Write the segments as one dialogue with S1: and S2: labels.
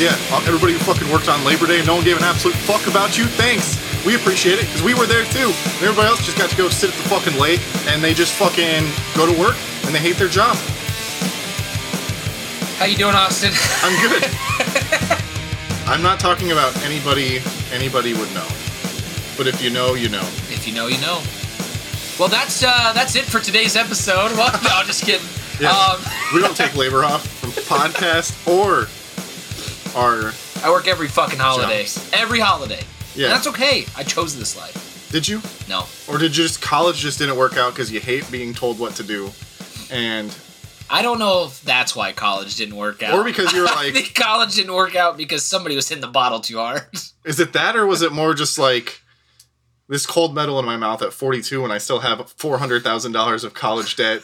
S1: Yeah, uh, everybody who fucking worked on Labor Day and no one gave an absolute fuck about you, thanks. We appreciate it because we were there too. And everybody else just got to go sit at the fucking lake and they just fucking go to work and they hate their job.
S2: How you doing, Austin?
S1: I'm good. I'm not talking about anybody anybody would know. But if you know, you know.
S2: if you know, you know. Well, that's uh, that's it for today's episode. Well, no, just kidding.
S1: Yeah.
S2: Um,
S1: we don't take labor off from podcast or our
S2: I work every fucking holiday.
S1: Jobs.
S2: Every holiday.
S1: Yeah.
S2: And that's okay. I chose this life.
S1: did you?
S2: No.
S1: Or did you just college just didn't work out because you hate being told what to do? And
S2: I don't know if that's why college didn't work out.
S1: or because you were
S2: I
S1: like
S2: think college didn't work out because somebody was hitting the bottle too hard.
S1: Is it that, or was it more just like this cold metal in my mouth at 42 and I still have $400,000 of college debt?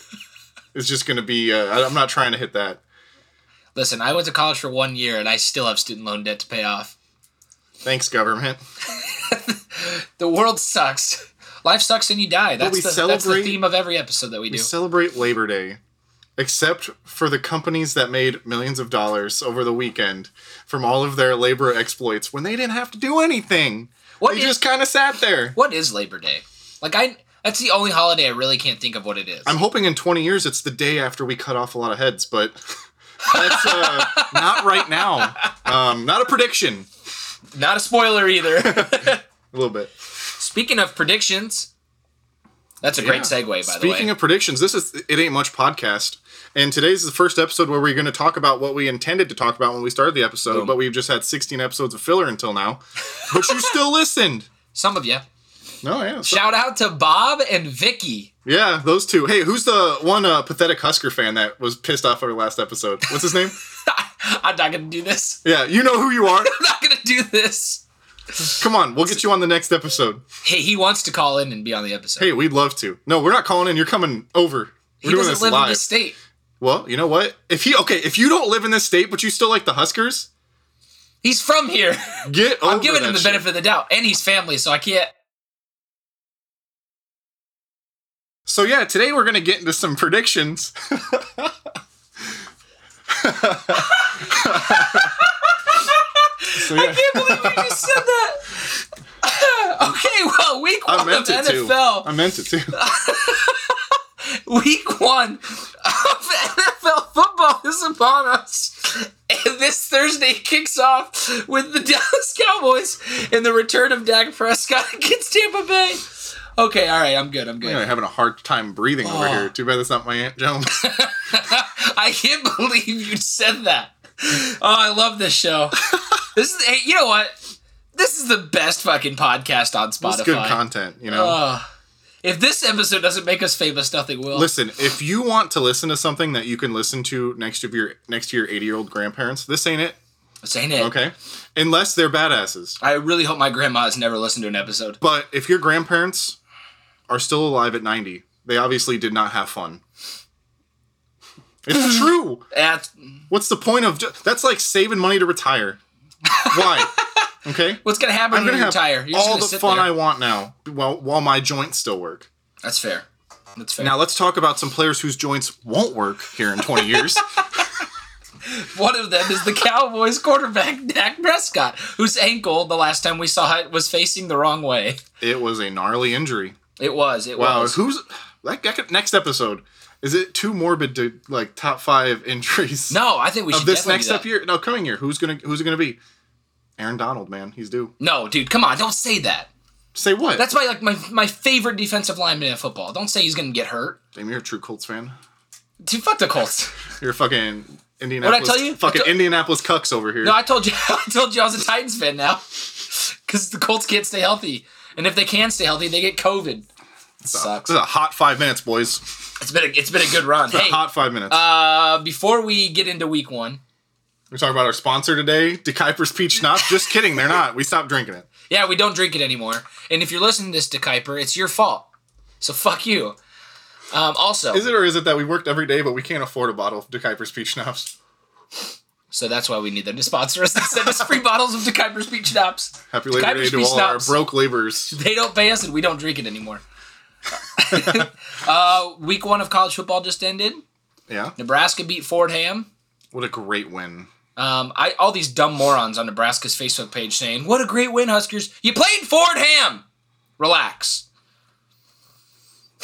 S1: Is just going to be, uh, I- I'm not trying to hit that.
S2: Listen, I went to college for one year and I still have student loan debt to pay off.
S1: Thanks, government.
S2: The world sucks. Life sucks and you die. That's,
S1: we
S2: the, that's the
S1: celebrate-
S2: theme of every episode that we do.
S1: We celebrate Labor Day, except for the companies that made millions of dollars over the weekend from all of their labor exploits when they didn't have to do anything.
S2: What
S1: they
S2: is-
S1: just kind of sat there.
S2: what is Labor Day? Like I that's the only holiday I really can't think of what it is.
S1: I'm hoping in 20 years it's the day after we cut off a lot of heads, but that's uh, not right now. Um, not a prediction.
S2: Not a spoiler either.
S1: A little bit.
S2: Speaking of predictions, that's a great
S1: Yeah.
S2: segue by the way.
S1: Speaking of predictions, this is it ain't much podcast, and today's the first episode where we're going to talk about what we intended to talk about when we started the episode, but we've just had 16 episodes of filler until now. But you still listened.
S2: Some of you.
S1: No, yeah, so-
S2: Shout out to Bob and Vicky.
S1: yeah, those two. Hey, who's the one uh, pathetic Husker fan that was pissed off over last episode? What's his name?
S2: I'm not gonna do this.
S1: yeah, you know who you are.
S2: I'm not gonna do this.
S1: Come on, we'll get you on the next episode.
S2: Hey, he wants to call in and be on the episode.
S1: Hey, we'd love to. No, we're not calling in. You're coming over. We're
S2: he
S1: doing
S2: doesn't
S1: this
S2: live
S1: live.
S2: in this state.
S1: well, you know what? If he okay, if you don't live in this state but you still like the Huskers,
S2: He's from here.
S1: get over
S2: I'm giving him
S1: that
S2: the
S1: shit.
S2: benefit of the doubt, and he's family, so I can't.
S1: So yeah, today we're gonna get into some predictions. so
S2: I
S1: yeah,
S2: can't believe you just said that. okay, well, week
S1: I
S2: one of
S1: meant it to. I
S2: NFL,
S1: meant it to.
S2: week one of NFL football is upon us, and this Thursday kicks off with the Dallas Cowboys and the return of Dak Prescott against Tampa Bay. Okay, all right, I'm good. I'm good.
S1: Anyway, having a hard time breathing over
S2: Oh.
S1: here. Too bad that's not my aunt Jones.
S2: I can't believe you said that. Oh, I love this show. This is hey, you know what? This is the best fucking podcast on Spotify. Oh.
S1: It's good content, you know.
S2: Ugh. if this episode doesn't make us famous, nothing will.
S1: listen, if you want to listen to something that you can listen to next to your next to your eighty year old grandparents, this ain't it.
S2: This ain't it.
S1: Okay, unless they're badasses.
S2: I really hope my grandma has never listened to an episode.
S1: But if your grandparents are still alive at ninety, they obviously did not have fun. It's true.
S2: That's,
S1: What's the point of that's like saving money to retire? Why? Okay,
S2: what's gonna happen
S1: I'm
S2: when
S1: gonna
S2: you
S1: have
S2: retire? You're just
S1: all
S2: gonna
S1: the
S2: sit
S1: fun
S2: there.
S1: I want now while while my joints still work.
S2: That's fair. That's fair.
S1: Now let's talk about some players whose joints won't work here in 20 years.
S2: One of them is the Cowboys quarterback Dak Prescott, whose ankle the last time we saw it was facing the wrong way.
S1: it was a gnarly injury.
S2: It was. It
S1: Wow,
S2: was.
S1: who's like that could- next episode? Is it too morbid to like top five injuries
S2: No, I think we should
S1: of this
S2: definitely
S1: next
S2: do that.
S1: up year? No, coming year. Who's gonna who's it gonna be? Aaron Donald, man, he's due.
S2: No, dude, come on, don't say that.
S1: Say what?
S2: That's my like my my favorite defensive lineman in football. Don't say he's gonna get hurt.
S1: Damn, you're a true Colts fan.
S2: Dude, fuck the Colts.
S1: You're a fucking Indianapolis.
S2: tell you? I
S1: Fucking
S2: to-
S1: Indianapolis cucks over here.
S2: No, I told you I told you I was a Titans fan now. Cause the Colts can't stay healthy. And if they can stay healthy, they get COVID. It sucks.
S1: This is a hot five minutes, boys.
S2: It's been a, it's been a good run. Hey,
S1: hot five minutes.
S2: uh, before we get into week one,
S1: We're talking about our sponsor today, DeKuyper's Peach Schnapps. Just kidding, they're not. We stopped drinking it.
S2: yeah, we don't drink it anymore. And if you're listening to this, DeKuyper, it's your fault. So fuck you. Um, also,
S1: Is it or is it that we worked every day, but we can't afford a bottle of DeKuyper's Peach Schnapps?
S2: so that's why we need them to sponsor us and send us free bottles of DeKuyper's Peach Schnapps.
S1: Happy Labor Day
S2: DeKuyper's
S1: to
S2: Peach
S1: all
S2: Schnapps.
S1: our broke laborers.
S2: they don't pay us and we don't drink it anymore. uh, week one of college football just ended.
S1: Yeah,
S2: Nebraska beat Fordham.
S1: what a great win.
S2: Um, I all these dumb morons on Nebraska's Facebook page saying, "What a great win, Huskers! You played Fordham. Relax."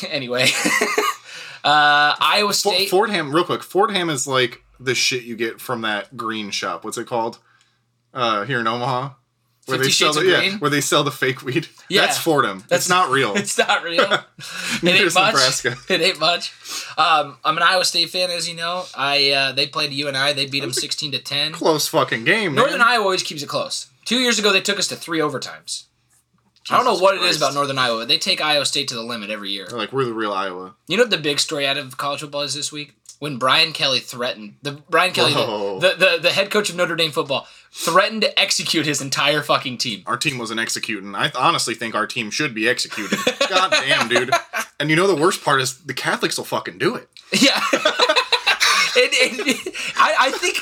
S2: Anyway, uh, Iowa
S1: Fo-
S2: State.
S1: Fordham, real quick. Fordham is like the shit you get from that green shop. What's it called? Uh, here in Omaha, where
S2: 50
S1: sell
S2: Shades
S1: the
S2: of
S1: yeah,
S2: green?
S1: where they sell the fake weed.
S2: Yeah.
S1: that's Fordham.
S2: That's-
S1: it's not real.
S2: it's not real. it
S1: Neither
S2: ain't
S1: is
S2: much.
S1: Nebraska.
S2: It ain't much. Um, I'm an Iowa State fan, as you know. I uh, they played UNI. They beat them 16 to 10.
S1: Close fucking game.
S2: Northern
S1: man.
S2: Iowa always keeps it close. Two years ago, they took us to three overtimes. I don't know
S1: Jesus
S2: what it is
S1: Christ.
S2: about Northern Iowa. They take Iowa State to the limit every year.
S1: They're like we're the real Iowa.
S2: You know what the big story out of college football is this week? When Brian Kelly threatened the Brian Kelly,
S1: Whoa.
S2: the, the the head coach of Notre Dame football, threatened to execute his entire fucking team.
S1: Our team wasn't executing. I th- honestly think our team should be executed. God damn, dude. And you know the worst part is the Catholics will fucking do it.
S2: Yeah, and, and I, I think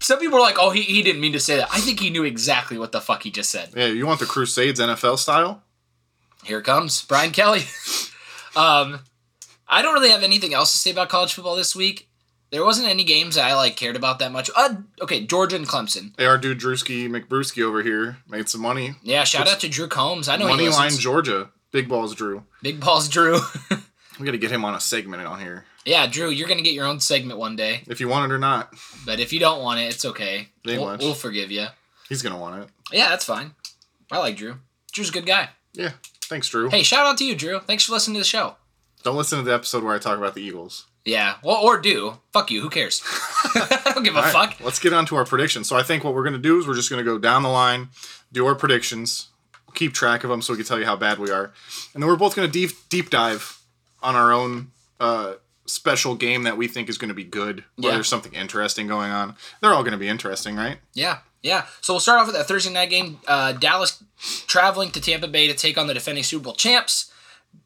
S2: some people are like, "Oh, he, he didn't mean to say that." I think he knew exactly what the fuck he just said.
S1: Yeah, you want the Crusades NFL style?
S2: Here comes Brian Kelly. um, I don't really have anything else to say about college football this week. There wasn't any games that I like cared about that much. Uh, okay, Georgia and Clemson.
S1: Hey, our dude Drewski McBrewski over here made some money.
S2: Yeah, shout out to Drew Combs. I know he
S1: Money line
S2: listens.
S1: Georgia. Big balls Drew.
S2: Big balls, Drew.
S1: We gotta get him on a segment on here.
S2: Yeah, Drew, you're gonna get your own segment one day,
S1: If you want it or not,
S2: but if you don't want it, it's okay.
S1: They
S2: We'll,
S1: watch.
S2: we'll forgive you.
S1: he's gonna want it.
S2: Yeah, that's fine. I like Drew. Drew's a good guy.
S1: Yeah. Thanks, Drew.
S2: Hey, shout out to you, Drew. Thanks for listening to the show.
S1: Don't listen to the episode where I talk about the Eagles.
S2: Yeah, well, or do. Fuck you. Who cares? I don't give a
S1: All right,
S2: fuck.
S1: Let's get on to our predictions. So I think what we're gonna do is we're just gonna go down the line, do our predictions, keep track of them so we can tell you how bad we are, and then we're both gonna deep deep dive on our own uh, special game that we think is gonna be good. Where
S2: Yeah.
S1: there's something interesting going on. They're all gonna be interesting, right?
S2: Yeah, yeah. So we'll start off with that Thursday night game. Uh, Dallas traveling to Tampa Bay to take on the defending Super Bowl champs.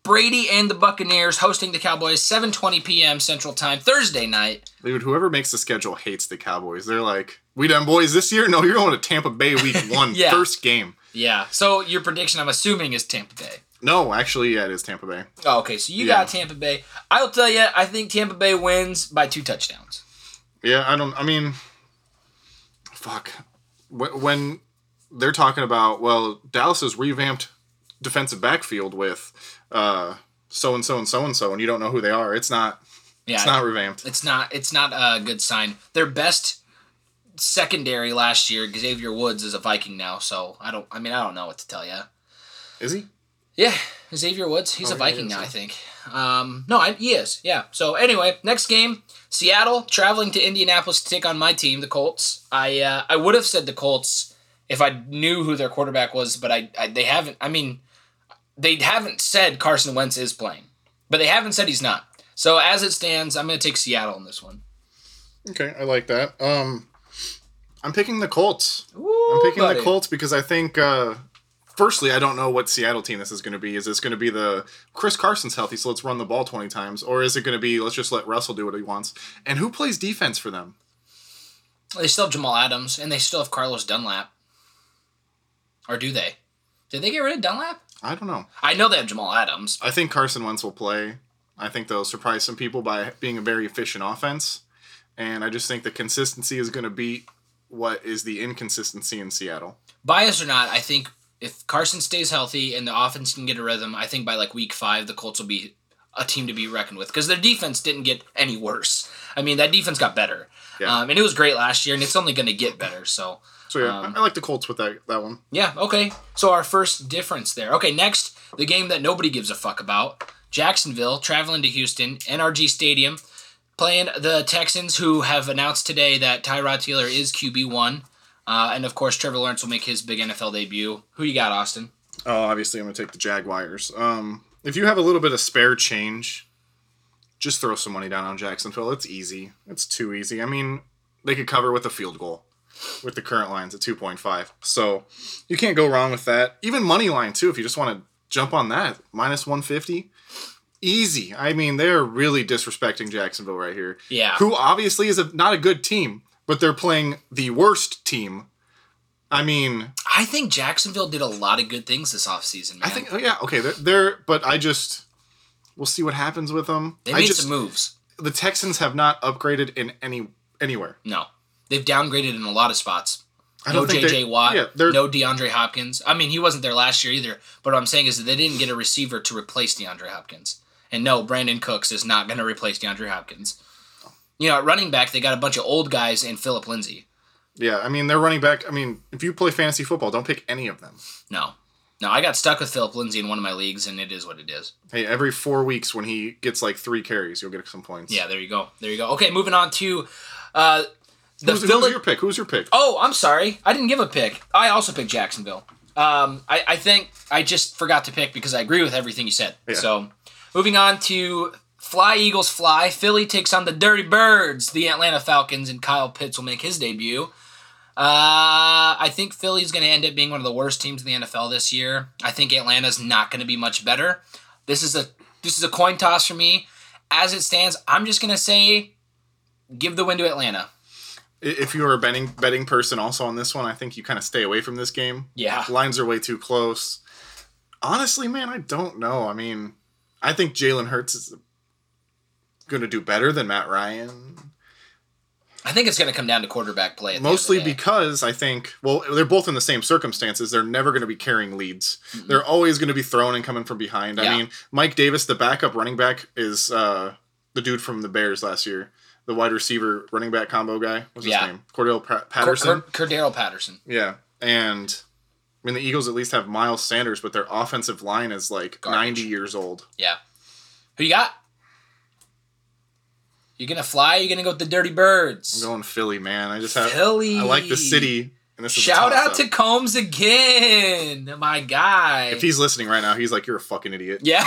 S2: Brady and the Buccaneers hosting the Cowboys, 7:20 p.m. Central Time Thursday night.
S1: Dude, whoever makes the schedule hates the Cowboys. They're like, we done boys this year? No, you're going to Tampa Bay week one, first
S2: Yeah.
S1: game.
S2: Yeah. So your prediction, I'm assuming, is Tampa Bay.
S1: No, actually, yeah, it is Tampa Bay.
S2: Oh, okay, so you
S1: Yeah.
S2: got Tampa Bay. I'll tell you, I think Tampa Bay wins by two touchdowns.
S1: Yeah, I don't, I mean, fuck. Wh- When they're talking about, well, Dallas's revamped defensive backfield with uh, so and so and so and so, and you don't know who they are, it's not,
S2: Yeah,
S1: it's not revamped.
S2: it's not it's not a good sign. Their best secondary last year, Xavier Woods is a Viking now, so I don't. I mean, I don't know what to tell you.
S1: Is he?
S2: Yeah, Xavier Woods. He's
S1: Oh,
S2: a
S1: he
S2: Viking
S1: is,
S2: now, I
S1: huh?
S2: think. Um, no, I, he is. Yeah. So anyway, next game, Seattle traveling to Indianapolis to take on my team, the Colts. I uh, I would have said the Colts if I knew who their quarterback was, but I, I they haven't. I mean, they haven't said Carson Wentz is playing, but they haven't said he's not. So as it stands, I'm going to take Seattle in this one.
S1: Okay, I like that. Um, I'm picking the Colts.
S2: Ooh,
S1: I'm picking
S2: buddy.
S1: the Colts because I think, uh, firstly, I don't know what Seattle team this is going to be. Is this going to be the Chris Carson's healthy, so let's run the ball 20 times? Or is it going to be let's just let Russell do what he wants? And who plays defense for them?
S2: They still have Jamal Adams, and they still have Carlos Dunlap. Or do they? Did they get rid of Dunlap?
S1: I don't know.
S2: I know they have Jamal Adams.
S1: I think Carson Wentz will play. I think they'll surprise some people by being a very efficient offense. And I just think the consistency is going to beat what is the inconsistency in Seattle.
S2: bias or not, I think if Carson stays healthy and the offense can get a rhythm, I think by like week five, the Colts will be a team to be reckoned with because their defense didn't get any worse. I mean, that defense got better.
S1: Yeah.
S2: Um, and it was great last year, and it's only going to get better. So,
S1: So, yeah, I, I like the Colts with that, that one.
S2: yeah, okay. So, our first difference there. Okay, next, the game that nobody gives a fuck about Jacksonville traveling to Houston, NRG Stadium, playing the Texans, who have announced today that Tyrod Taylor is QB1. Uh, and of course, Trevor Lawrence will make his big NFL debut. Who you got, Austin?
S1: Oh, obviously, I'm going to take the Jaguars. Um, if you have a little bit of spare change, just throw some money down on Jacksonville. It's easy. It's too easy. I mean, they could cover with a field goal with the current lines at 2.5. So you can't go wrong with that. Even money line, too, if you just want to jump on that, minus 150. Easy. I mean, they're really disrespecting Jacksonville right here.
S2: Yeah.
S1: Who obviously is a, not a good team, but they're playing the worst team. I mean,
S2: I think Jacksonville did a lot of good things this offseason, man.
S1: I think, oh yeah, okay, they're, they're but I just we'll see what happens with them.
S2: they
S1: I
S2: made
S1: just
S2: some moves.
S1: the Texans have not upgraded in any anywhere.
S2: No. They've downgraded in a lot of spots.
S1: I
S2: No
S1: don't think
S2: JJ
S1: they-
S2: Watt,
S1: Yeah, they're,
S2: no DeAndre Hopkins. I mean, he wasn't there last year either. But what I'm saying is that they didn't get a receiver to replace DeAndre Hopkins. And no, Brandon Cooks is not going to replace DeAndre Hopkins. You know, at running back, they got a bunch of old guys and Philip Lindsay.
S1: yeah. I mean, they're running back. I mean, if you play fantasy football, don't pick any of them.
S2: No, no, I got stuck with Philip Lindsay in one of my leagues, and it is what it is.
S1: Hey, every four weeks when he gets like three carries, you'll get some points.
S2: Yeah, there you go. There you go. Okay, moving on to uh, the
S1: Who's, who's
S2: Philip.
S1: your pick? Who's your pick?
S2: Oh, I'm sorry. I didn't give a pick. I also picked Jacksonville. Um, I, I think I just forgot to pick because I agree with everything you said.
S1: Yeah.
S2: So, moving on to Fly Eagles Fly. Philly takes on the Dirty Birds, the Atlanta Falcons, and Kyle Pitts will make his debut. Uh, I think Philly's going to end up being one of the worst teams in the NFL this year. I think Atlanta's not going to be much better. This is a this is a coin toss for me. As it stands, I'm just going to say give the win to Atlanta.
S1: I- If you are a betting betting person, also on this one, I think you kind of stay away from this game.
S2: Yeah.
S1: lines are way too close. Honestly, man, I don't know. I mean, I think Jalen Hurts is going to do better than Matt Ryan.
S2: I think it's going to come down to quarterback play. at the end of
S1: Mostly
S2: the day.
S1: because I think, well, they're both in the same circumstances. They're never going to be carrying leads. They're always going to be thrown and coming from behind.
S2: Yeah.
S1: I mean, Mike Davis, the backup running back, is uh, the dude from the Bears last year, the wide receiver running back combo guy. What's
S2: Yeah.
S1: his name? Cordell Pat-
S2: Cor-
S1: Patterson.
S2: Cor- Cordero Patterson.
S1: Yeah, and I mean the Eagles at least have Miles Sanders, but their offensive line is like
S2: Garbage.
S1: ninety years old.
S2: Yeah. Who you got? You gonna fly? You gonna go with the Dirty Birds?
S1: I'm going Philly, man. I just have
S2: Philly.
S1: I like the city, and this is a
S2: Shout out
S1: toss-up.
S2: to Combs again, my guy.
S1: If he's listening right now, he's like, "You're a fucking idiot."
S2: yeah.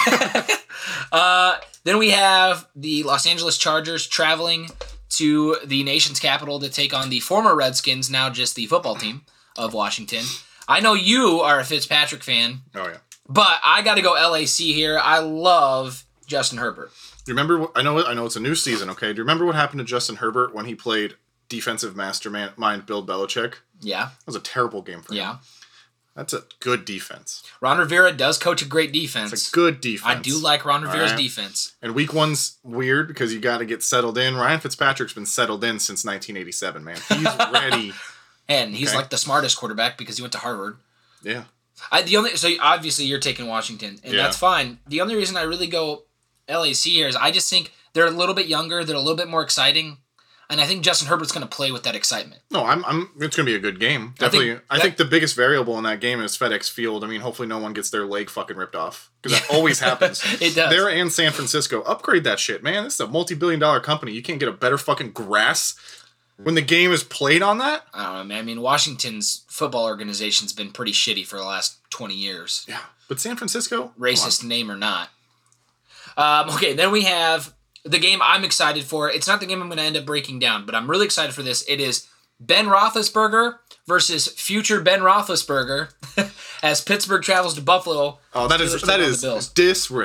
S2: uh, then we have the Los Angeles Chargers traveling to the nation's capital to take on the former Redskins, now just the football team of Washington. I know you are a Fitzpatrick fan,
S1: Oh yeah.
S2: but I got to go LAC here. I love Justin Herbert.
S1: Do you remember? What, I know. I know it's a new season. Okay. Do you remember what happened to Justin Herbert when he played defensive mastermind Bill Belichick? That
S2: Yeah,
S1: was a terrible game for him.
S2: yeah.
S1: That's a good defense.
S2: Ron Rivera does coach a great defense.
S1: It's a good defense.
S2: I do like Ron Rivera's
S1: Alright.
S2: defense.
S1: And week one's weird because you got to get settled in. Ryan Fitzpatrick's been settled in since 1987, man. He's ready.
S2: And he's
S1: Okay.
S2: like the smartest quarterback because he went to Harvard.
S1: Yeah.
S2: I the only so obviously you're taking Washington, and
S1: Yeah.
S2: that's fine. The only reason I really go LAC here is I just think they're a little bit younger, they're a little bit more exciting, and I think Justin Herbert's going to play with that excitement.
S1: No, I'm. I'm. It's gonna be a good game.
S2: I think
S1: Definitely. I think,
S2: that-
S1: the biggest variable in that game is FedEx Field. I mean, hopefully no one gets their leg fucking ripped off because that always happens.
S2: It does.
S1: There and San Francisco, upgrade that shit, man. This is a multi-billion-dollar company. You can't get a better fucking grass when the game is played on that.
S2: I don't know, man. I mean, Washington's football organization's been pretty shitty for the last twenty years.
S1: Yeah. But San Francisco, come
S2: racist name or not. Um, okay, then we have the game I'm excited for. It's not the game I'm going to end up breaking down, but I'm really excited for this. It is Ben Roethlisberger versus future Ben Roethlisberger as Pittsburgh travels to Buffalo.
S1: on. Oh, that
S2: Steelers
S1: is
S2: take
S1: that
S2: on the
S1: is
S2: Bills.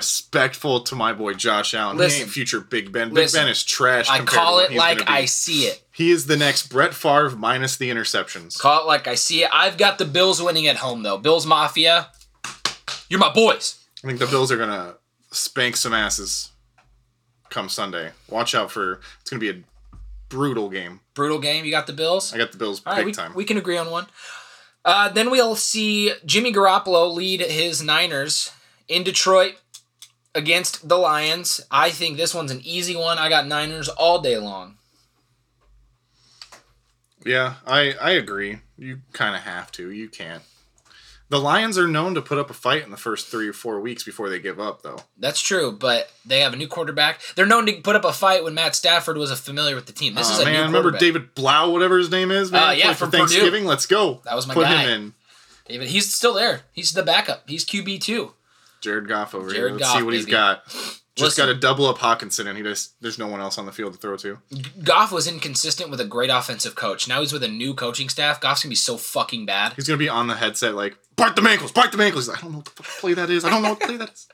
S1: disrespectful to my boy Josh Allen.
S2: Listen.
S1: he ain't future Big Ben. Big
S2: Listen.
S1: Ben is trash.
S2: I
S1: compared to
S2: call
S1: what
S2: it
S1: he's
S2: like
S1: gonna be.
S2: I see it.
S1: He is the next Brett Favre minus the interceptions.
S2: Call it like I see it. I've got the Bills winning at home though. Bills Mafia, you're my boys.
S1: I think the Bills are gonna spank some asses come Sunday. Watch out for it's gonna be a brutal game.
S2: Brutal game. You got the Bills.
S1: I got the Bills
S2: All
S1: big
S2: right, we,
S1: time.
S2: we can agree on one. Uh, then we'll see Jimmy Garoppolo lead his Niners in Detroit against the Lions. I think this one's an easy one. I got Niners all day long.
S1: yeah, I I agree. You kind of have to. You can't. The Lions are known to put up a fight in the first three or four weeks before they give up, though.
S2: That's true, but they have a new quarterback. They're known to put up a fight when Matt Stafford was a familiar with the team. This
S1: Aw,
S2: is a
S1: Uh, man,
S2: new
S1: remember
S2: quarterback.
S1: David Blau, whatever his name is, man.
S2: Uh, yeah,
S1: Played for
S2: from Purdue.
S1: Thanksgiving. Let's go.
S2: That was my
S1: Put
S2: guy.
S1: him in.
S2: David, he's still there. He's the backup. He's QB two.
S1: Jared Goff over here.
S2: Jared
S1: Let's
S2: Goff,
S1: see what he's
S2: baby.
S1: got. Just
S2: Listen.
S1: got to double up Hawkinson, and he just there's no one else on the field to throw to.
S2: Goff was inconsistent with a great offensive coach. Now he's with a new coaching staff. Goff's gonna be so fucking bad.
S1: He's gonna be on the headset like, "Bite the ankles, bite the ankles." He's like, I don't know what the fuck play that is. I don't know what play that is.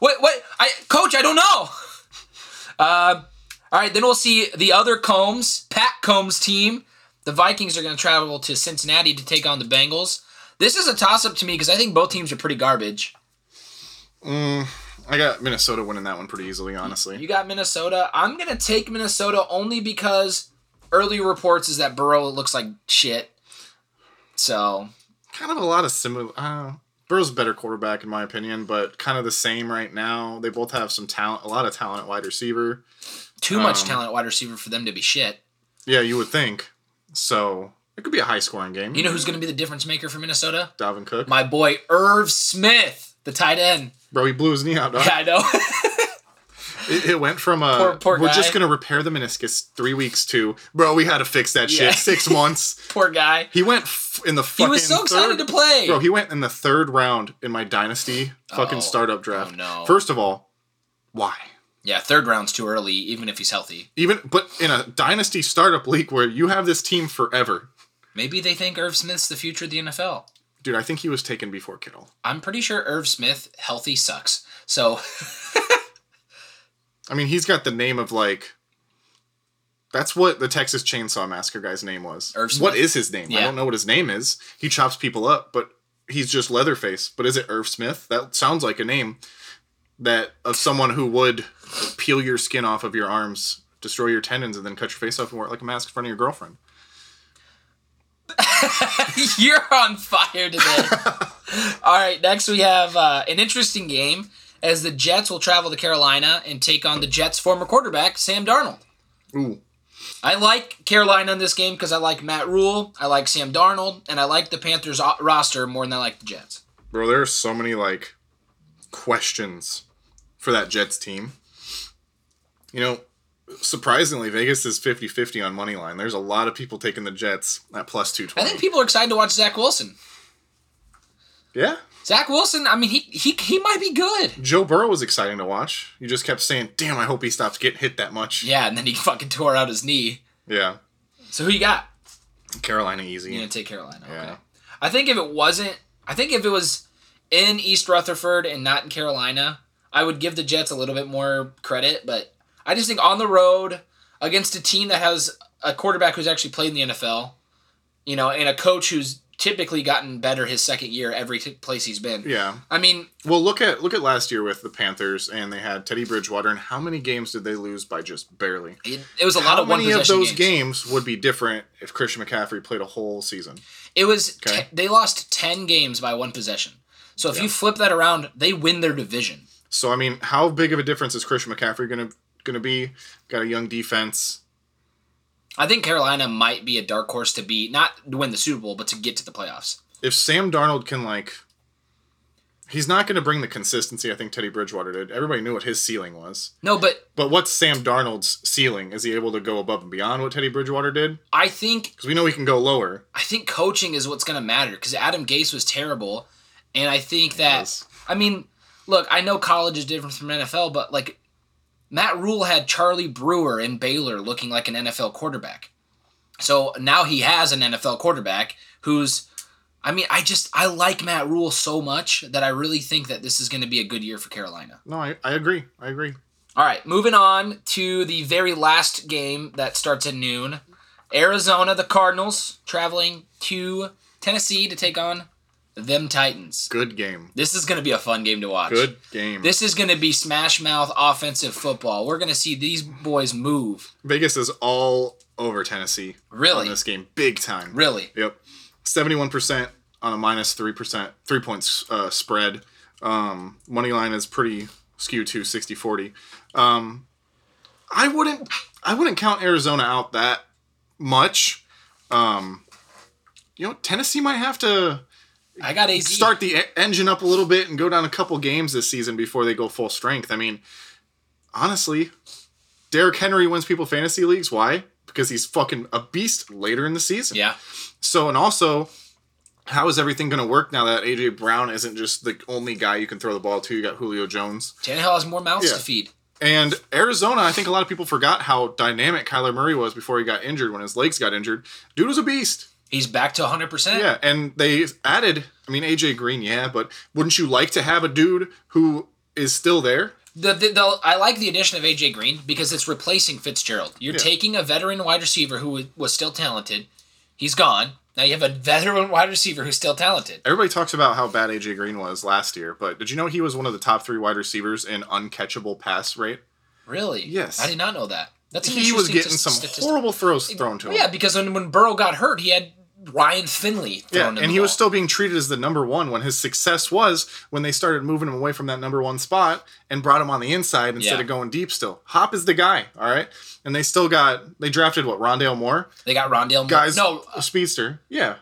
S2: What? What? I coach, I don't know. Uh, all right, then we'll see the other Combs, Pat Combs team. The Vikings are going to travel to Cincinnati to take on the Bengals. This is a toss up to me because I think both teams are pretty garbage.
S1: I got Minnesota winning that one pretty easily, honestly.
S2: You got Minnesota. I'm going to take Minnesota only because early reports is that Burrow looks like shit. So
S1: Kind of a lot of similar. Uh, Burrow's a better quarterback in my opinion, but kind of the same right now. They both have some talent, a lot of talent at wide receiver.
S2: too much
S1: Um,
S2: talent at wide receiver for them to be shit.
S1: Yeah, you would think. So it could be a high scoring game.
S2: You know who's going to be the difference maker for Minnesota?
S1: Dalvin Cook,
S2: My boy Irv Smith, the tight end.
S1: bro, he blew his knee out. Dog.
S2: Yeah, I know.
S1: It, it went from uh,
S2: Poor- poor
S1: we're just
S2: guy.
S1: gonna repair the meniscus three weeks to bro, we had to fix that
S2: Yeah.
S1: shit six months.
S2: Poor guy.
S1: He went f- in the
S2: He
S1: fucking.
S2: was so excited
S1: third-
S2: to play.
S1: Bro, he went in the third round in my dynasty fucking
S2: Oh.
S1: startup draft.
S2: Oh, no.
S1: First of all, why?
S2: yeah, third round's too early, even if he's healthy.
S1: Even but in a dynasty startup league where you have this team forever,
S2: Maybe they think Irv Smith's the future of the NFL.
S1: dude. I think he was taken before Kittle.
S2: I'm pretty sure Irv Smith healthy sucks. So
S1: I mean, he's got the name of like. That's what the Texas Chainsaw Massacre guy's name was.
S2: Irv Smith.
S1: What is his name? I
S2: Yeah.
S1: don't know what his name is. He chops people up, but he's just Leatherface. But is it Irv Smith? That sounds like a name that of someone who would peel your skin off of your arms, destroy your tendons, and then cut your face off and wear it like a mask in front of your girlfriend.
S2: you're on fire today. All right, next we have uh, an interesting game as the Jets will travel to Carolina and take on the Jets' former quarterback, Sam Darnold.
S1: Ooh,
S2: I like Carolina in this game because I like Matt Rule, I like Sam Darnold, and I like the Panthers o- roster more than I like the Jets.
S1: bro, there are so many like questions for that Jets team. You know, surprisingly, Vegas is 50 50 on money line. There's a lot of people taking the Jets at plus
S2: I
S1: 220.
S2: think people are excited to watch Zach Wilson.
S1: yeah.
S2: Zach Wilson, I mean, he he, he might be good.
S1: Joe Burrow was exciting to watch. You just kept saying, damn, I hope he stops getting hit that much.
S2: Yeah, and then he fucking tore out his knee.
S1: Yeah.
S2: So who you got?
S1: Carolina easy.
S2: You gonna take Carolina? Okay.
S1: Yeah.
S2: I think if it wasn't, I think if it was in East Rutherford and not in Carolina, I would give the Jets a little bit more credit. But I just think on the road against a team that has a quarterback who's actually played in the NFL, you know, and a coach who's typically gotten better his second year every t- place he's been.
S1: Yeah.
S2: I mean,
S1: Well, look at look at last year with the Panthers, and they had Teddy Bridgewater. And how many games did they lose by just barely?
S2: it, it was a lot
S1: How
S2: of one
S1: many of
S2: possession
S1: those
S2: games.
S1: games. would be different if Christian McCaffrey played a whole season?
S2: It was te-
S1: Okay.
S2: they lost ten games by one possession. So if you flip that around, they win their division.
S1: So I mean, how big of a difference is Christian McCaffrey gonna gonna be? Got a young defense.
S2: I think Carolina might be a dark horse to be not to win the Super Bowl, but to get to the playoffs.
S1: If Sam Darnold can like, he's not gonna bring the consistency I think Teddy Bridgewater did. Everybody knew what his ceiling was.
S2: No, but
S1: But what's Sam Darnold's ceiling? Is he able to go above and beyond what Teddy Bridgewater did?
S2: I think
S1: Because we know he can go lower.
S2: I think coaching is what's going to matter because Adam Gase was terrible, and I think that
S1: Yes.
S2: I mean, look, I know college is different from NFL, but like Matt Rule had Charlie Brewer in Baylor looking like an NFL quarterback. So now he has an NFL quarterback who's I mean, I just I like Matt Rule so much that I really think that this is going to be a good year for Carolina.
S1: No, I, I agree. I agree.
S2: All right, moving on to the very last game that starts at noon. Arizona, the Cardinals, traveling to Tennessee to take on them Titans.
S1: Good game.
S2: This is going to be a fun game to watch.
S1: Good game.
S2: This is going to be smash mouth offensive football. We're going to see these boys move.
S1: Vegas is all over Tennessee on
S2: Really?
S1: this game, big time.
S2: Really?
S1: Yep, seventy-one percent on a minus three percent three points uh, spread. Um, money line is pretty skewed to 60-40. Um, I wouldn't I wouldn't count Arizona out that much. Um, you know, Tennessee might have to
S2: I got AZ.
S1: start the e- engine up a little bit and go down a couple games this season before they go full strength. I mean, honestly, Derrick Henry wins people fantasy leagues. Why? Because he's fucking a beast later in the season.
S2: Yeah.
S1: So, and also, how is everything going to work now that AJ Brown isn't just the only guy you can throw the ball to? You got Julio Jones.
S2: Tannehill has more mouths
S1: Yeah.
S2: to feed.
S1: And Arizona, I think a lot of people forgot how dynamic Kyler Murray was before he got injured when his legs got injured. Dude was a beast.
S2: He's back to 100%.
S1: Yeah, and they added, I mean, AJ Green, yeah, but wouldn't you like to have a dude who is still there?
S2: The, the, the I like the addition of AJ Green because it's replacing Fitzgerald. You're taking a veteran wide receiver who was- was still talented. He's gone. Now you have a veteran wide receiver who's still talented.
S1: Everybody talks about how bad AJ Green was last year, but did you know he was one of the top three wide receivers in uncatchable pass rate?
S2: Really?
S1: Yes.
S2: I did not know that. That's an
S1: he was
S2: interesting
S1: getting
S2: st-
S1: some
S2: statistic.
S1: horrible throws thrown to him.
S2: Well, yeah, because when, when Burrow got hurt, he had Ryan Finley thrown
S1: Yeah,
S2: in
S1: and
S2: the
S1: he was
S2: ball.
S1: still being treated as the number one when his success was when they started moving him away from that number one spot and brought him on the inside instead
S2: Yeah.
S1: of going deep still. Hop is the guy, all right? And they still got, they drafted what, Rondale Moore?
S2: They got Rondale Moore.
S1: Guys,
S2: No,
S1: a speedster. Yeah.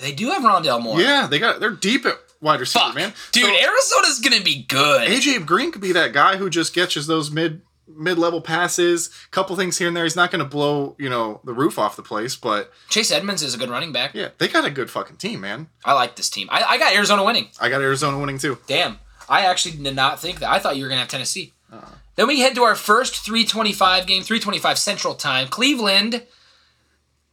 S2: they do have Rondale Moore.
S1: Yeah, they got, they're deep at wide receiver,
S2: Fuck.
S1: man.
S2: Dude,
S1: So
S2: Arizona's going to be good.
S1: AJ Green could be that guy who just gets us those mid mid level passes, couple things here and there. He's not going to blow, you know, the roof off the place, but
S2: Chase Edmonds is a good running back.
S1: yeah, they got a good fucking team, man.
S2: I like this team. I, I got Arizona winning.
S1: I got Arizona winning too.
S2: Damn. I actually did not think that. I thought you were going to have Tennessee.
S1: Uh-uh.
S2: Then we head to our first 325 game, 325 Central Time. Cleveland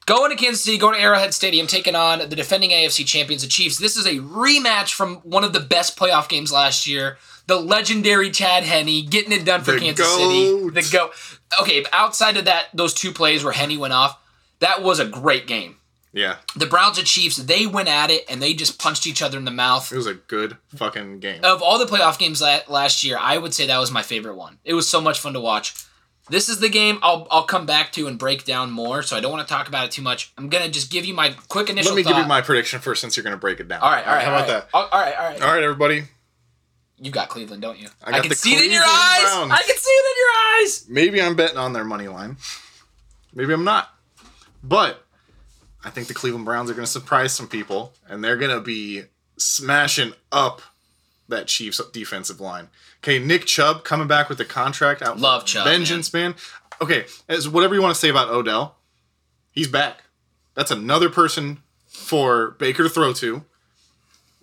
S2: going to Kansas City, going to Arrowhead Stadium, taking on the defending AFC champions, the Chiefs. This is a rematch from one of the best playoff games last year. The legendary Chad Henney getting it done for
S1: The
S2: Kansas City.
S1: GOAT.
S2: The go. Okay, but outside of that, those two plays where Henney went off, that was a great game.
S1: Yeah.
S2: The Browns and Chiefs, they went at it and they just punched each other in the mouth
S1: It was a good fucking game.
S2: of all the playoff games la- last year, I would say that was my favorite one. It was so much fun to watch. This is the game I'll I'll come back to and break down more, so I don't want to talk about it too much. I'm gonna just give you my quick initial.
S1: Let me give you
S2: thought.
S1: my prediction first since you're going to break it down.
S2: All right, all right.
S1: How
S2: all
S1: about
S2: right.
S1: that?
S2: All all right, all right.
S1: All right, everybody.
S2: You've got Cleveland, don't you? I,
S1: got
S2: can
S1: the
S2: see it in your
S1: Cleveland
S2: eyes.
S1: Browns.
S2: I can see it in your eyes.
S1: Maybe I'm betting on their money line. Maybe I'm not. But I think the Cleveland Browns are going to surprise some people, and they're going to be smashing up that Chiefs defensive line. Okay, Nick Chubb coming back with the contract out. for
S2: Love Chubb,
S1: Vengeance, man. Okay, as whatever you want to say about Odell, he's back. That's another person for Baker to throw to.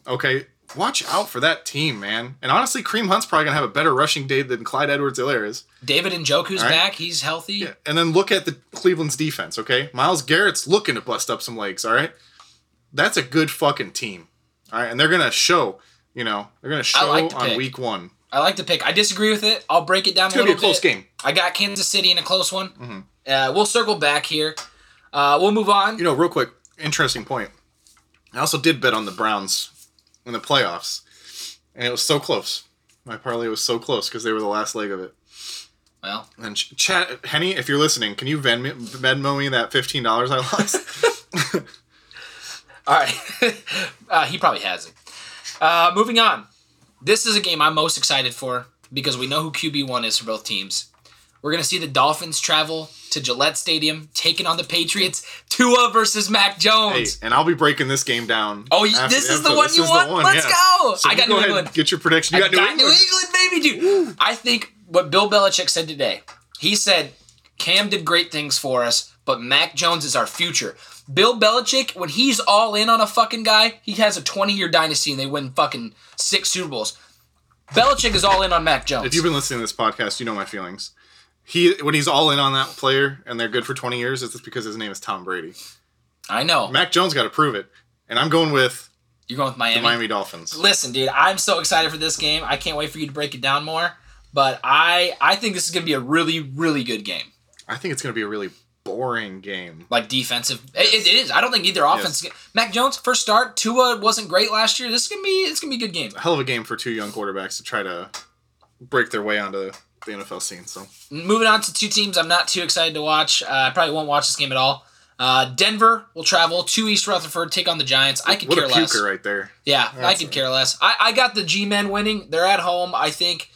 S1: Okay, watch out for that team, man. And honestly, Cream Hunt's probably going to have a better rushing day than Clyde Edwards Hilaire is.
S2: David and Joku's
S1: right.
S2: back. He's healthy.
S1: And then look at the Cleveland's defense, okay? Miles Garrett's looking to bust up some legs, all right? That's a good fucking team. All right, and they're going to show, you know, they're going to show
S2: like the
S1: on
S2: pick.
S1: week 1.
S2: I like the pick. I disagree with it. I'll break it down
S1: It's
S2: a
S1: going to
S2: little
S1: be a close
S2: bit.
S1: game. Mm-hmm.
S2: I got Kansas City in a close one. Uh, we'll circle back here. Uh, we'll move on.
S1: You know, real quick, interesting point. I also did bet on the Browns in the playoffs, and it was so close. My parlay was so close because they were the last leg of it.
S2: Well,
S1: And Ch- Chad Henny, if you're listening, can you Venmo, Venmo me that fifteen dollars I lost?
S2: All right. uh, he probably has it. Uh, moving on. This is a game I'm most excited for because we know who QB1 is for both teams. We're going to see the Dolphins travel to Gillette Stadium, taking on the Patriots. Tua versus Mac
S1: hey,
S2: Jones.
S1: and I'll be breaking this game down.
S2: Oh, you-
S1: after
S2: this is the
S1: episode.
S2: one
S1: This
S2: you
S1: is the
S2: want?
S1: one,
S2: Let's
S1: yeah.
S2: go.
S1: So
S2: I
S1: you
S2: got
S1: go
S2: New
S1: ahead
S2: England.
S1: and Get your prediction. You got, New,
S2: got
S1: England.
S2: New England, baby, dude. I think what Bill Belichick said today, he said, Cam did great things for us, but Mac Jones is our future. Bill Belichick, when he's all in on a fucking guy, he has a 20 year dynasty and they win fucking six Super Bowls. Belichick is all in on Mac Jones.
S1: If you've been listening to this podcast, you know my feelings. He when he's all in on that player and they're good for twenty years, it's just because his name is Tom Brady.
S2: I know.
S1: Mac Jones got to prove it, and I'm going with
S2: You're going with
S1: the Miami Dolphins.
S2: Listen, dude, I'm so excited for this game. I can't wait for you to break it down more. But I I think this is gonna be a really, really good game.
S1: I think it's going to be a really boring game.
S2: like defensive. It, it- it is. I don't think either offense. Mac Jones first start. Tua wasn't great last year. This is gonna be. It's gonna be a good game.
S1: Hell of a game for two young quarterbacks to try to break their way onto the NFL scene. So
S2: Moving on to two teams, I'm not too excited to watch. Uh, I probably won't watch this game at all. Uh, Denver will travel to East Rutherford, take on the Giants. I could
S1: what a
S2: care
S1: puker
S2: less.
S1: right there.
S2: Yeah, I
S1: That's
S2: could
S1: all right.
S2: care less. I, I got the G men winning. They're at home. I think.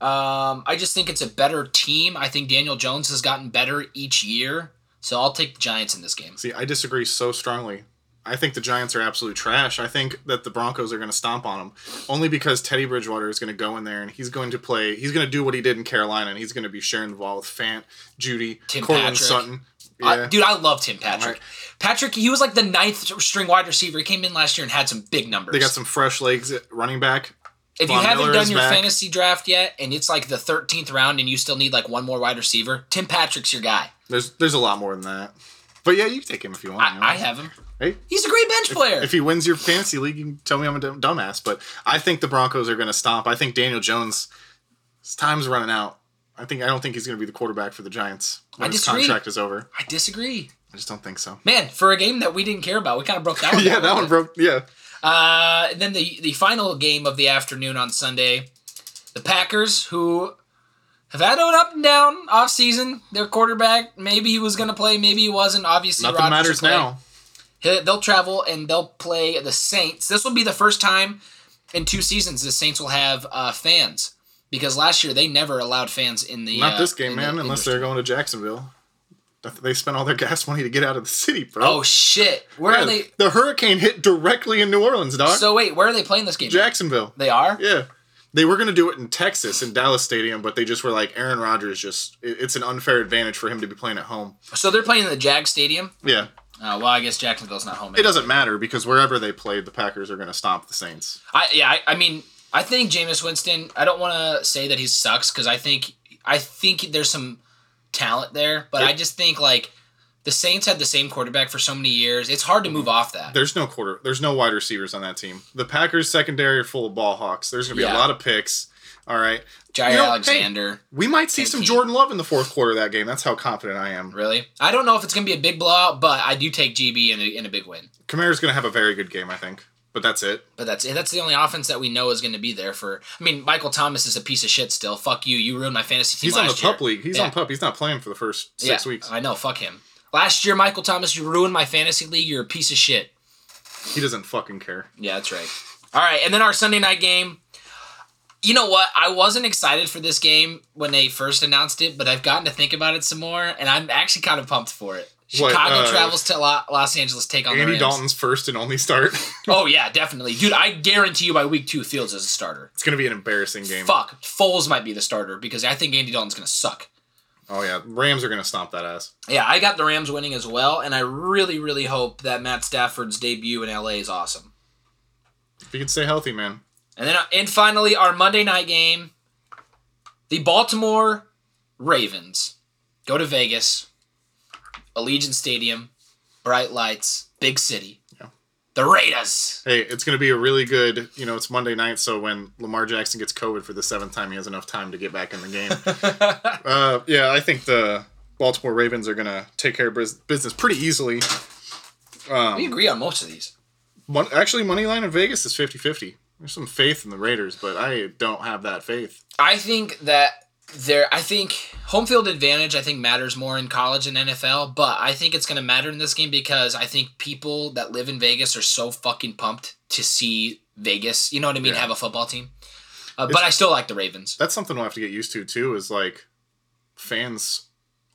S2: Um, I just think it's a better team. I think Daniel Jones has gotten better each year, so I'll take the Giants in this game.
S1: See, I disagree so strongly. I think the Giants are absolute trash. I think that the Broncos are going to stomp on them only because Teddy Bridgewater is going to go in there and he's going to play. He's going to do what he did in Carolina and he's going to be sharing the ball with Fant, Judy,
S2: Tim
S1: Cortland
S2: Patrick.
S1: Sutton. Yeah,
S2: I- dude, I love Tim Patrick.
S1: Right.
S2: Patrick, he was like the ninth string wide receiver. He came in last year and had some big numbers.
S1: they got some fresh legs at running back.
S2: if you
S1: Von
S2: haven't
S1: Miller
S2: done
S1: is
S2: your
S1: back.
S2: fantasy draft yet, and it's like the thirteenth round, and you still need like one more wide receiver, Tim Patrick's your guy.
S1: There's there's a lot more than that. But yeah, you can take him if you want. you know.
S2: I, I have him.
S1: Hey.
S2: He's a great bench player.
S1: if he wins your fantasy league, you can tell me I'm a dumb- dumbass. But I think the Broncos are going to stomp. I think Daniel Jones, his time's running out. I think I don't think he's going to be the quarterback for the Giants when
S2: I
S1: his
S2: disagree.
S1: contract is over.
S2: I disagree,
S1: I just don't think so.
S2: man. For a game that we didn't care about, we kind of broke that one.
S1: yeah,
S2: down a
S1: that
S2: little
S1: one
S2: bit.
S1: broke. Yeah,
S2: Uh, and then the the final game of the afternoon on Sunday, the Packers, who have had an up and down offseason. Their quarterback, maybe he was going to play, maybe he wasn't. Obviously,
S1: Nothing
S2: Rodgers will
S1: matters
S2: play.
S1: now.
S2: He- They'll travel and they'll play the Saints. This will be the first time in two seasons the Saints will have uh, fans because last year they never allowed fans in the.
S1: Not
S2: uh,
S1: this game,
S2: in the-
S1: man,
S2: in
S1: unless
S2: their-
S1: they're going to Jacksonville. Th- They spent all their gas money to get out of the city, bro.
S2: Oh shit! Where
S1: Yeah,
S2: are they?
S1: The hurricane hit directly in New Orleans, dog.
S2: So wait, where are they playing this game?
S1: Jacksonville.
S2: they are.
S1: Yeah. They were going to do it in Texas, in Dallas Stadium, but they just were like, Aaron Rodgers just, it- it's an unfair advantage for him to be playing at home.
S2: So they're playing in the Jag Stadium.
S1: Yeah.
S2: Uh, well, I guess Jacksonville's not home.
S1: It doesn't matter because wherever they played, the Packers are going to stomp the Saints.
S2: I yeah, I, I mean, I think Jameis Winston. I don't want to say that he sucks because I think I think there's some talent there, but I just think like the Saints had the same quarterback for so many years. It's hard to move off that.
S1: There's no quarter, there's no wide receivers on that team. The Packers secondary are full of ball hawks. There's going to be
S2: Yeah.
S1: a lot of picks. All right.
S2: Jair
S1: You know, hey,
S2: Alexander,
S1: We might see some
S2: team.
S1: Jordan Love in the fourth quarter of that game. That's how confident I am.
S2: really? I don't know if it's gonna be a big blowout, but I do take GB in a, in a big win.
S1: Kamara's going to have a very good game, I think. But that's it.
S2: But that's it. That's the only offense that we know is going to be there for. I mean, Michael Thomas is a piece of shit still. Fuck you. You ruined my fantasy team.
S1: He's on the
S2: last year.
S1: pup league. He's
S2: Yeah.
S1: on pup. He's not playing for the first six
S2: Yeah,
S1: weeks.
S2: I know. Fuck him. Last year, Michael Thomas, you ruined my fantasy league. You're a piece of shit.
S1: He doesn't fucking care.
S2: Yeah, that's right. All right, and then our Sunday night game. You know what? I wasn't excited for this game when they first announced it, but I've gotten to think about it some more, and I'm actually kind of pumped for it.
S1: What,
S2: Chicago
S1: uh,
S2: travels to Lo- Los Angeles, take on the
S1: Andy
S2: Rams.
S1: Dalton's first and only start.
S2: Oh yeah, definitely, dude. I guarantee you, by week two, Fields is a starter.
S1: it's going to be an embarrassing game.
S2: Fuck, Foles might be the starter because I think Andy Dalton's gonna suck.
S1: Oh yeah, Rams are gonna stomp that ass.
S2: Yeah, I got the Rams winning as well, and I really, really hope that Matt Stafford's debut in LA is awesome.
S1: If you can stay healthy, man.
S2: And then uh, and finally our Monday night game, the Baltimore Ravens go to Vegas, Allegiant Stadium, bright lights, big city.
S1: Yeah.
S2: The Raiders.
S1: Hey, it's gonna be a really good. You know, it's Monday night, so when Lamar Jackson gets COVID for the seventh time, he has enough time to get back in the game. uh, yeah, I think the Baltimore Ravens are gonna take care of bus- business pretty easily.
S2: We agree on most of these.
S1: Mon- actually, money line in Vegas is 50-50. There's some faith in the Raiders, but I don't have that faith.
S2: I think that there I think home field advantage I think matters more in college and NFL, but I think it's going to matter in this game because I think people that live in Vegas are so fucking pumped to see Vegas, you know what I mean,
S1: Yeah.
S2: have a football team. Uh, but I still like the Ravens.
S1: That's something we'll have to get used to too. Is like fans